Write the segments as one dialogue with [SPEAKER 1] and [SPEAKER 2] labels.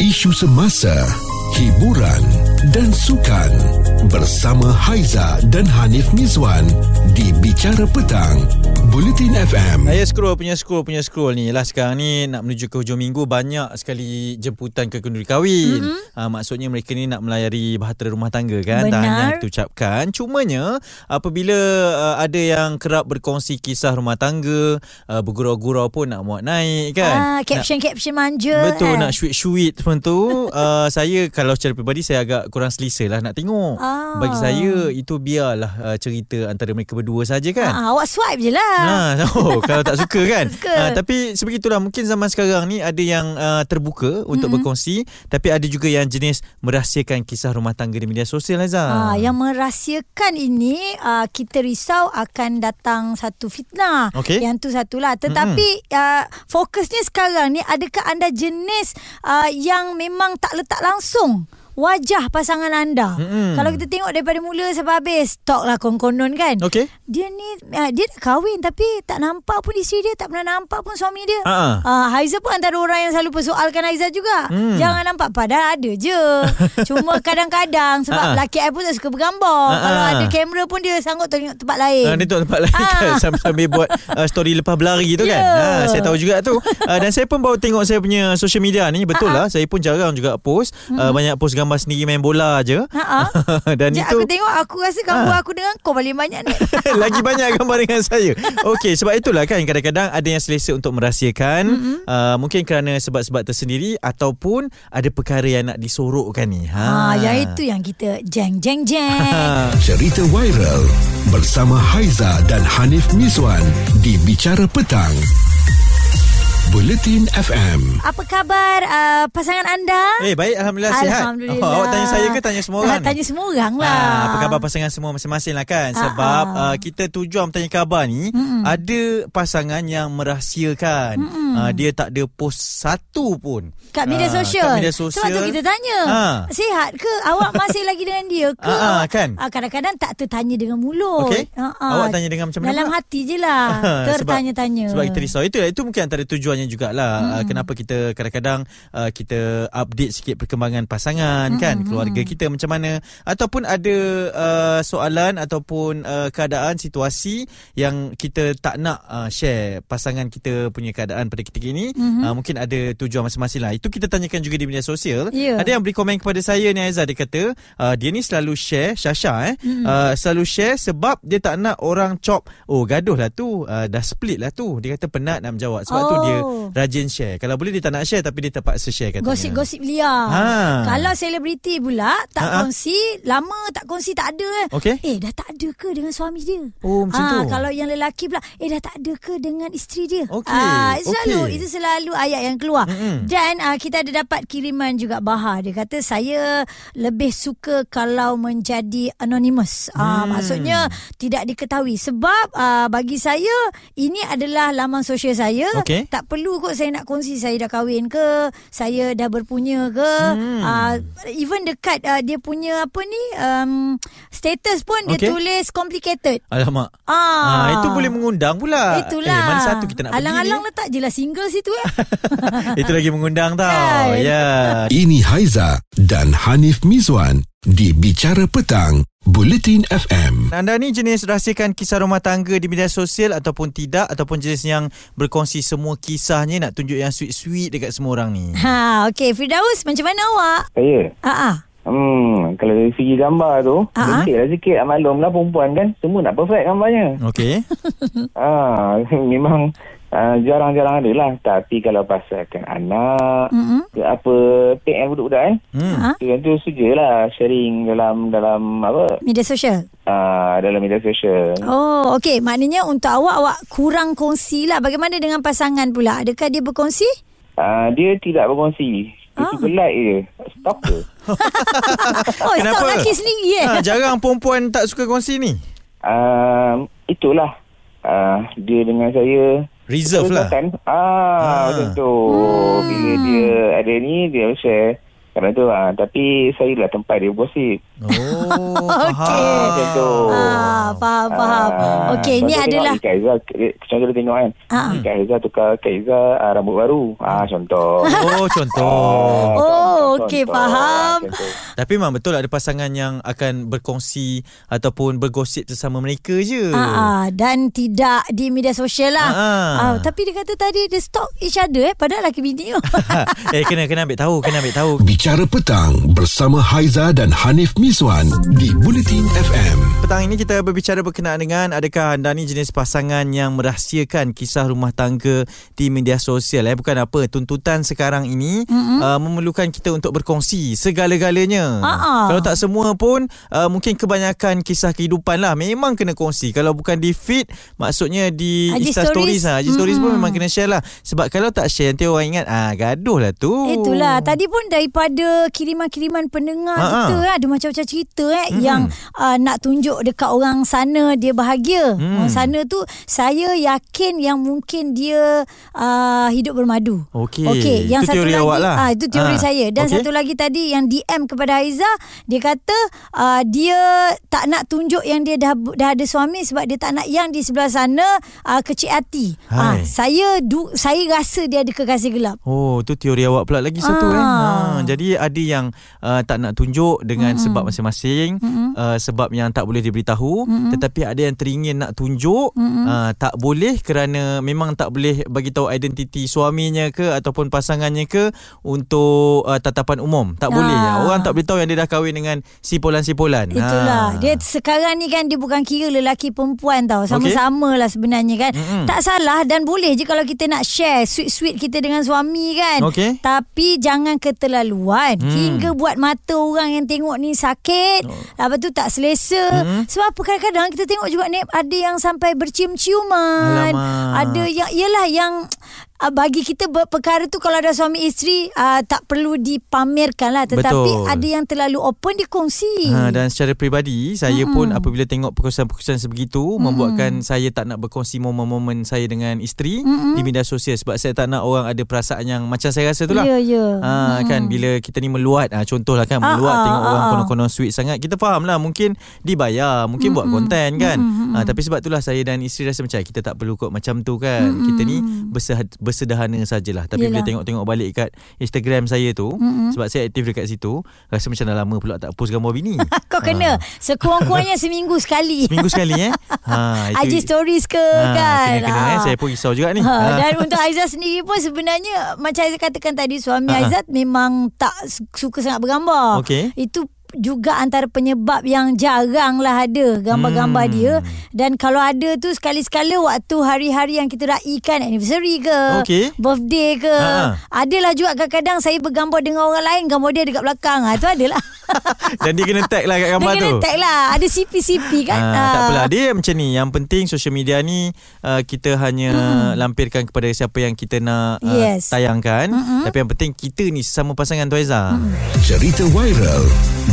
[SPEAKER 1] isu semasa, hiburan dan sukan bersama Haiza dan Hanif Mizwan di Bicara Petang, Bulletin FM.
[SPEAKER 2] Saya scroll punya scroll punya scroll ni lah sekarang ni nak menuju ke hujung minggu banyak sekali jemputan ke kenduri kahwin. Mm-hmm. Ha, maksudnya mereka ni nak melayari bahtera rumah tangga kan. Tak
[SPEAKER 3] Mhm. Benar.
[SPEAKER 2] hanya itu ucapkan. Cumanya apabila uh, ada yang kerap berkongsi kisah rumah tangga, uh, bergurau-gurau pun nak muat naik
[SPEAKER 3] Ah,
[SPEAKER 2] kan. Nak-
[SPEAKER 3] caption-caption manja.
[SPEAKER 2] Betul
[SPEAKER 3] eh.
[SPEAKER 2] nak syuit-syuit pun tu uh, Saya kalau secara pribadi Saya agak kurang selesa lah nak tengok
[SPEAKER 3] Ah.
[SPEAKER 2] Bagi saya itu biarlah uh, cerita antara mereka berdua saja kan
[SPEAKER 3] Ah, awak swipe je lah.
[SPEAKER 2] Ha, oh, kalau tak suka kan.
[SPEAKER 3] Suka.
[SPEAKER 2] Ah, tapi sebegitulah mungkin zaman sekarang ni ada yang uh, terbuka untuk mm-hmm. berkongsi tapi ada juga yang jenis merahsiakan kisah rumah tangga di media sosial Aizah.
[SPEAKER 3] Ah, yang merahsiakan ini ah, kita risau akan datang satu fitnah.
[SPEAKER 2] Okey.
[SPEAKER 3] Yang tu satulah. Tetapi ah, fokusnya sekarang ni adakah anda jenis ah, yang memang tak letak langsung wajah pasangan anda?
[SPEAKER 2] Mm-mm.
[SPEAKER 3] Kalau kita tengok daripada mula sampai habis, talk lah konon-konon kan.
[SPEAKER 2] Okey.
[SPEAKER 3] Dia ni ah, dia dah kahwin tapi tak nampak pun isteri dia, tak pernah nampak pun suami dia.
[SPEAKER 2] Ha.
[SPEAKER 3] Ah, Haiza pun antara orang yang selalu persoalkan Haiza juga. Hmm. Jangan nampak padahal ada je. Cuma
[SPEAKER 2] Ah.
[SPEAKER 3] kadang-kadang sebab lelaki I pun tak suka bergambar.
[SPEAKER 2] Ah,
[SPEAKER 3] Kalau
[SPEAKER 2] ah.
[SPEAKER 3] ada kamera pun dia sanggup tengok tempat
[SPEAKER 2] Uh,
[SPEAKER 3] lain.
[SPEAKER 2] dia tengok tempat lain kan
[SPEAKER 3] Eh. Ah.
[SPEAKER 2] Sambil-sambil buat uh, story lepas berlari tu kan ha,
[SPEAKER 3] Ya.
[SPEAKER 2] Saya tahu juga tu uh, Dan saya pun baru tengok saya punya social media ni Betul lah
[SPEAKER 3] Ah.
[SPEAKER 2] Saya pun jarang juga post
[SPEAKER 3] Mm-hmm.
[SPEAKER 2] uh, Banyak post gambar sendiri main bola je
[SPEAKER 3] Ha ah.
[SPEAKER 2] Dan
[SPEAKER 3] Sekejap
[SPEAKER 2] itu
[SPEAKER 3] aku tengok aku rasa
[SPEAKER 2] Ah.
[SPEAKER 3] gambar aku dengan kau paling banyak ni.
[SPEAKER 2] Lagi banyak gambar dengan saya Okey sebab itulah kan Kadang-kadang ada yang selesa untuk merahsiakan mm-hmm. uh, Mungkin kerana sebab-sebab tersendiri Ataupun ada perkara yang nak disorokkan ni
[SPEAKER 3] ha, yang itu yang kita jeng jeng jeng.
[SPEAKER 1] Cerita viral bersama Haiza dan Hanif Mizwan di Bicara Petang. Bulletin FM.
[SPEAKER 3] Apa khabar uh, pasangan anda?
[SPEAKER 2] Eh baik Alhamdulillah sihat
[SPEAKER 3] Alhamdulillah.
[SPEAKER 2] oh, Awak tanya saya ke tanya semua orang
[SPEAKER 3] Ah,
[SPEAKER 2] ni?
[SPEAKER 3] Tanya semua orang lah.
[SPEAKER 2] Ah, apa khabar pasangan semua masing-masing lah kan
[SPEAKER 3] Ah,
[SPEAKER 2] Sebab
[SPEAKER 3] ah.
[SPEAKER 2] uh, kita tujuan bertanya khabar ni mm Ada pasangan yang merahsiakan uh, Dia tak ada post satu pun
[SPEAKER 3] Kat media
[SPEAKER 2] Ah,
[SPEAKER 3] sosial.
[SPEAKER 2] Kat media sosial
[SPEAKER 3] Sebab tu kita tanya.
[SPEAKER 2] Ha.
[SPEAKER 3] Sihat ke? Awak masih lagi dengan dia ke?
[SPEAKER 2] Ah, ah, kan?
[SPEAKER 3] Ah, kadang-kadang tak tertanya dengan mulut.
[SPEAKER 2] Okey.
[SPEAKER 3] Ah, ah.
[SPEAKER 2] Awak tanya dengan macam mana
[SPEAKER 3] Dalam
[SPEAKER 2] pula?
[SPEAKER 3] hati je lah. Tertanya-tanya.
[SPEAKER 2] Sebab, sebab kita risau itu itu mungkin antara tujuannya jugalah hmm. uh, kenapa kita kadang-kadang uh, kita update sikit perkembangan pasangan hmm. kan keluarga kita macam mana ataupun ada uh, soalan ataupun uh, keadaan situasi yang kita tak nak uh, share pasangan kita punya keadaan pada ketika ini hmm. uh, mungkin ada tujuan masing-masing lah itu kita tanyakan juga di media sosial
[SPEAKER 3] Ya.
[SPEAKER 2] ada yang beri komen kepada saya ni Aizah dia kata uh, dia ni selalu share Syasha eh mm. uh, selalu share sebab dia tak nak orang chop oh gaduh lah tu uh, dah split lah tu dia kata penat nak menjawab sebab oh. tu
[SPEAKER 3] Oh.
[SPEAKER 2] dia rajin share kalau boleh dia tak nak share tapi dia terpaksa share katanya
[SPEAKER 3] Gosip-gosip liar.
[SPEAKER 2] Ha.
[SPEAKER 3] Kalau selebriti pula tak
[SPEAKER 2] Ha, ha.
[SPEAKER 3] kongsi, lama tak kongsi tak ada eh.
[SPEAKER 2] Okey.
[SPEAKER 3] Eh dah tak ada ke dengan suami dia?
[SPEAKER 2] Oh, macam
[SPEAKER 3] Ah,
[SPEAKER 2] tu.
[SPEAKER 3] Kalau yang lelaki pula, eh dah tak ada ke dengan isteri dia?
[SPEAKER 2] Okey,
[SPEAKER 3] Ah, itu selalu
[SPEAKER 2] okey.
[SPEAKER 3] itu selalu ayat yang keluar.
[SPEAKER 2] Mm-mm.
[SPEAKER 3] Dan ah, kita ada dapat kiriman juga Bahar. Dia kata saya lebih suka kalau menjadi anonymous. Ah,
[SPEAKER 2] Hmm.
[SPEAKER 3] maksudnya tidak diketahui sebab ah, bagi saya ini adalah laman sosial saya.
[SPEAKER 2] Okey.
[SPEAKER 3] Tak perlu kot saya nak kongsi saya dah kahwin ke, saya dah berpunya ke.
[SPEAKER 2] Hmm.
[SPEAKER 3] Hmm. Uh, even dekat uh, dia punya apa ni um, status pun okay.
[SPEAKER 2] Okey.
[SPEAKER 3] dia tulis complicated.
[SPEAKER 2] alamak
[SPEAKER 3] Ah,
[SPEAKER 2] Ah, itu boleh mengundang pula.
[SPEAKER 3] Itulah.
[SPEAKER 2] Eh, mana satu kita nak
[SPEAKER 3] Alang-alang
[SPEAKER 2] pergi
[SPEAKER 3] letak je lah single situ eh.
[SPEAKER 2] ni? Itu lagi mengundang tau. Ya.
[SPEAKER 3] Kan?
[SPEAKER 2] Yeah.
[SPEAKER 1] Ini Haiza dan Hanif Mizwan di Bicara Petang, Bulletin FM.
[SPEAKER 2] Anda ni jenis rahsiakan kisah rumah tangga di media sosial ataupun tidak ataupun jenis yang berkongsi semua kisahnya nak tunjuk yang sweet-sweet dekat semua orang ni.
[SPEAKER 3] ha, okay. Firdaus, macam mana awak?
[SPEAKER 4] Saya?
[SPEAKER 3] Ah, ah.
[SPEAKER 4] Hmm, kalau dari segi gambar tu,
[SPEAKER 3] Ha?
[SPEAKER 4] lentik lah sikit. Maklum lah perempuan kan, semua nak perfect gambarnya.
[SPEAKER 2] Okey.
[SPEAKER 3] Hmm.
[SPEAKER 4] ah, memang ah, jarang-jarang ada lah. Tapi kalau pasalkan anak,
[SPEAKER 3] Mm-mm.
[SPEAKER 4] ke apa, PM budak-budak eh.
[SPEAKER 2] Hmm.
[SPEAKER 3] Ha?
[SPEAKER 4] Yang tu seja lah sharing dalam dalam apa
[SPEAKER 3] Media sosial.
[SPEAKER 4] ah, dalam media sosial.
[SPEAKER 3] Oh, okey. Maknanya untuk awak, awak kurang kongsi lah. Bagaimana dengan pasangan pula? Adakah dia berkongsi?
[SPEAKER 4] Ah, dia tidak berkongsi. Dia
[SPEAKER 3] Ah.
[SPEAKER 4] suka like je. Stalker.
[SPEAKER 3] Oh, stok lelaki sendiri eh.
[SPEAKER 2] Ha, jarang perempuan tak suka kongsi ni.
[SPEAKER 4] Ah, itulah. Ah, dia dengan saya
[SPEAKER 2] Reserve lah.
[SPEAKER 4] Perbuatan. Ah,
[SPEAKER 2] Ah.
[SPEAKER 3] Hmm.
[SPEAKER 4] ah, macam tu. Bila dia ada ni, dia share Kerana tu ah, Tapi saya lah tempat dia gosip
[SPEAKER 2] Oh,
[SPEAKER 4] ah,
[SPEAKER 2] faham.
[SPEAKER 4] Macam tu
[SPEAKER 3] Ah, faham faham.
[SPEAKER 4] Ah,
[SPEAKER 3] Okey, ni
[SPEAKER 4] sebab tu tengok
[SPEAKER 3] adalah
[SPEAKER 4] Kak Izzah eh, Contoh dia tengok kan
[SPEAKER 3] Ah.
[SPEAKER 4] Kak Izzah tukar Kak Izzah ah, rambut baru ah, Contoh
[SPEAKER 2] Oh, contoh.
[SPEAKER 3] Oh,
[SPEAKER 4] Ah, contoh,
[SPEAKER 3] okey,
[SPEAKER 4] contoh.
[SPEAKER 3] faham.
[SPEAKER 4] Ah, contoh.
[SPEAKER 2] Tapi memang betul ada pasangan yang akan berkongsi ataupun bergosip sesama mereka je.
[SPEAKER 3] Ah, ah, dan tidak di media sosial lah.
[SPEAKER 2] Ah.
[SPEAKER 3] Ah, tapi dia kata tadi dia stalk each other eh padahal laki bini tu.
[SPEAKER 2] eh kena kena ambil tahu, kena ambil tahu.
[SPEAKER 1] Bicara Petang bersama Haiza dan Hanif Miswan di Bulletin FM.
[SPEAKER 2] Petang ini kita berbicara berkenaan dengan adakah anda ni jenis pasangan yang merahsiakan kisah rumah tangga di media sosial eh bukan apa tuntutan sekarang ini mm-hmm. uh, memerlukan kita untuk berkongsi segala-galanya.
[SPEAKER 3] Ah.
[SPEAKER 2] Kalau tak semua pun uh, mungkin kebanyakan kisah kehidupan lah memang kena kongsi. Kalau bukan di feed maksudnya di
[SPEAKER 3] IG
[SPEAKER 2] Insta stories
[SPEAKER 3] stories.
[SPEAKER 2] ah, IG stories pun
[SPEAKER 3] Mm-mm.
[SPEAKER 2] memang kena share lah sebab kalau tak share nanti orang ingat ah gaduh lah tu.
[SPEAKER 3] Itulah tadi pun daripada kiriman-kiriman pendengar
[SPEAKER 2] Ha-ha.
[SPEAKER 3] kita ada macam-macam cerita eh mm-hmm. yang uh, nak tunjuk dekat orang sana dia bahagia. Mm. Orang sana tu saya yakin yang mungkin dia uh, hidup bermadu.
[SPEAKER 2] Okey.
[SPEAKER 3] Okey, yang
[SPEAKER 2] Itu
[SPEAKER 3] satu
[SPEAKER 2] teori
[SPEAKER 3] lagi
[SPEAKER 2] awak lah.
[SPEAKER 3] ah itu
[SPEAKER 2] Ah,
[SPEAKER 3] teori saya dan
[SPEAKER 2] okey.
[SPEAKER 3] satu lagi tadi yang DM kepada Aiza dia kata uh, dia tak nak tunjuk yang dia dah dah ada suami sebab dia tak nak yang di sebelah sana uh, kecil hati. Ah
[SPEAKER 2] Hai.
[SPEAKER 3] saya du, saya rasa dia ada kekasih gelap.
[SPEAKER 2] Oh, tu teori awak pula lagi satu
[SPEAKER 3] Ah.
[SPEAKER 2] eh. Ha, jadi ada yang uh, tak nak tunjuk dengan mm sebab masing-masing, mm uh, sebab yang tak boleh diberitahu, mm tetapi ada yang teringin nak tunjuk uh, tak boleh kerana memang tak boleh bagi tahu identiti suaminya ke ataupun pasangannya ke untuk uh, tatapan umum. Tak
[SPEAKER 3] Ah.
[SPEAKER 2] boleh. Orang tak boleh tahu yang dia dah kahwin dengan si si polan. Ha.
[SPEAKER 3] Itulah. Dia sekarang ni kan dia bukan kira lelaki perempuan tau. Sama-sama lah sebenarnya kan.
[SPEAKER 2] Mm-mm.
[SPEAKER 3] Tak salah dan boleh je kalau kita nak share sweet-sweet kita dengan suami kan.
[SPEAKER 2] Okey.
[SPEAKER 3] Tapi jangan keterlaluan.
[SPEAKER 2] Hmm. Oh.
[SPEAKER 3] Hingga buat mata orang yang tengok ni sakit. Lepas tu tak selesa. Sebab apa kadang-kadang kita tengok juga ni ada yang sampai bercium-ciuman.
[SPEAKER 2] Alamak.
[SPEAKER 3] Ada yang ialah yang ah, bagi kita ber- perkara tu kalau ada suami isteri ah, tak perlu dipamerkan lah. Tetapi
[SPEAKER 2] Betul.
[SPEAKER 3] ada yang terlalu open dikongsi.
[SPEAKER 2] Ha, dan secara peribadi saya mm-hmm. pun apabila tengok perkongsian-perkongsian sebegitu mm-hmm. membuatkan saya tak nak berkongsi momen-momen saya dengan isteri mm-hmm. di media sosial sebab saya tak nak orang ada perasaan yang macam saya rasa tu lah.
[SPEAKER 3] Ya, ya.
[SPEAKER 2] Ha, kan bila kita ni meluat ha, contohlah kan
[SPEAKER 3] Ah,
[SPEAKER 2] meluat
[SPEAKER 3] ah,
[SPEAKER 2] tengok
[SPEAKER 3] ah,
[SPEAKER 2] orang
[SPEAKER 3] ah.
[SPEAKER 2] konon-konon sweet sangat kita faham lah mungkin dibayar mungkin buat konten kan ha, tapi sebab itulah saya dan isteri rasa macam "Eh, kita tak perlu kot macam tu kan kita ni bersed- bersederhana sajalah tapi bila
[SPEAKER 3] Yelah.
[SPEAKER 2] tengok-tengok balik kat Instagram saya tu sebab saya aktif dekat situ rasa macam dah lama pula tak post gambar bini
[SPEAKER 3] Kau kena
[SPEAKER 2] Ha.
[SPEAKER 3] Sekurang-kurangnya seminggu sekali
[SPEAKER 2] Minggu sekali eh. Ha,
[SPEAKER 3] IG stories ke
[SPEAKER 2] Ha,
[SPEAKER 3] kan
[SPEAKER 2] Kena, kena eh.
[SPEAKER 3] Ha.
[SPEAKER 2] Saya pun risau juga ni.
[SPEAKER 3] Ha,
[SPEAKER 2] Ha.
[SPEAKER 3] dan untuk Aizah sendiri pun sebenarnya Macam Aizah katakan tadi Suami
[SPEAKER 2] Ha.
[SPEAKER 3] Aizah memang tak su- suka sangat bergambar
[SPEAKER 2] Okey.
[SPEAKER 3] Itu juga antara penyebab yang jarang lah ada gambar-gambar
[SPEAKER 2] Hmm.
[SPEAKER 3] dia Dan kalau ada tu sekali-sekala waktu hari-hari yang kita raikan Anniversary ke
[SPEAKER 2] Okey.
[SPEAKER 3] Birthday ke
[SPEAKER 2] Ha.
[SPEAKER 3] Adalah juga kadang-kadang saya bergambar dengan orang lain Gambar dia dekat belakang ha, Itu adalah
[SPEAKER 2] Dan dia kena tag lah kat gambar tu.
[SPEAKER 3] Dia kena tag lah Ada CP-CP kan
[SPEAKER 2] Ah, tak apalah dia macam ni yang penting social media ni uh, kita hanya lampirkan kepada siapa yang kita nak uh,
[SPEAKER 3] Hmm. Yes.
[SPEAKER 2] tayangkan tapi yang penting kita ni sesama pasangan tu Aiza
[SPEAKER 1] Cerita viral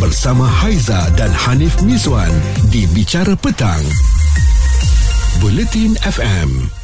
[SPEAKER 1] bersama Haiza dan Hanif Miswan di Bicara Petang. Bulletin FM.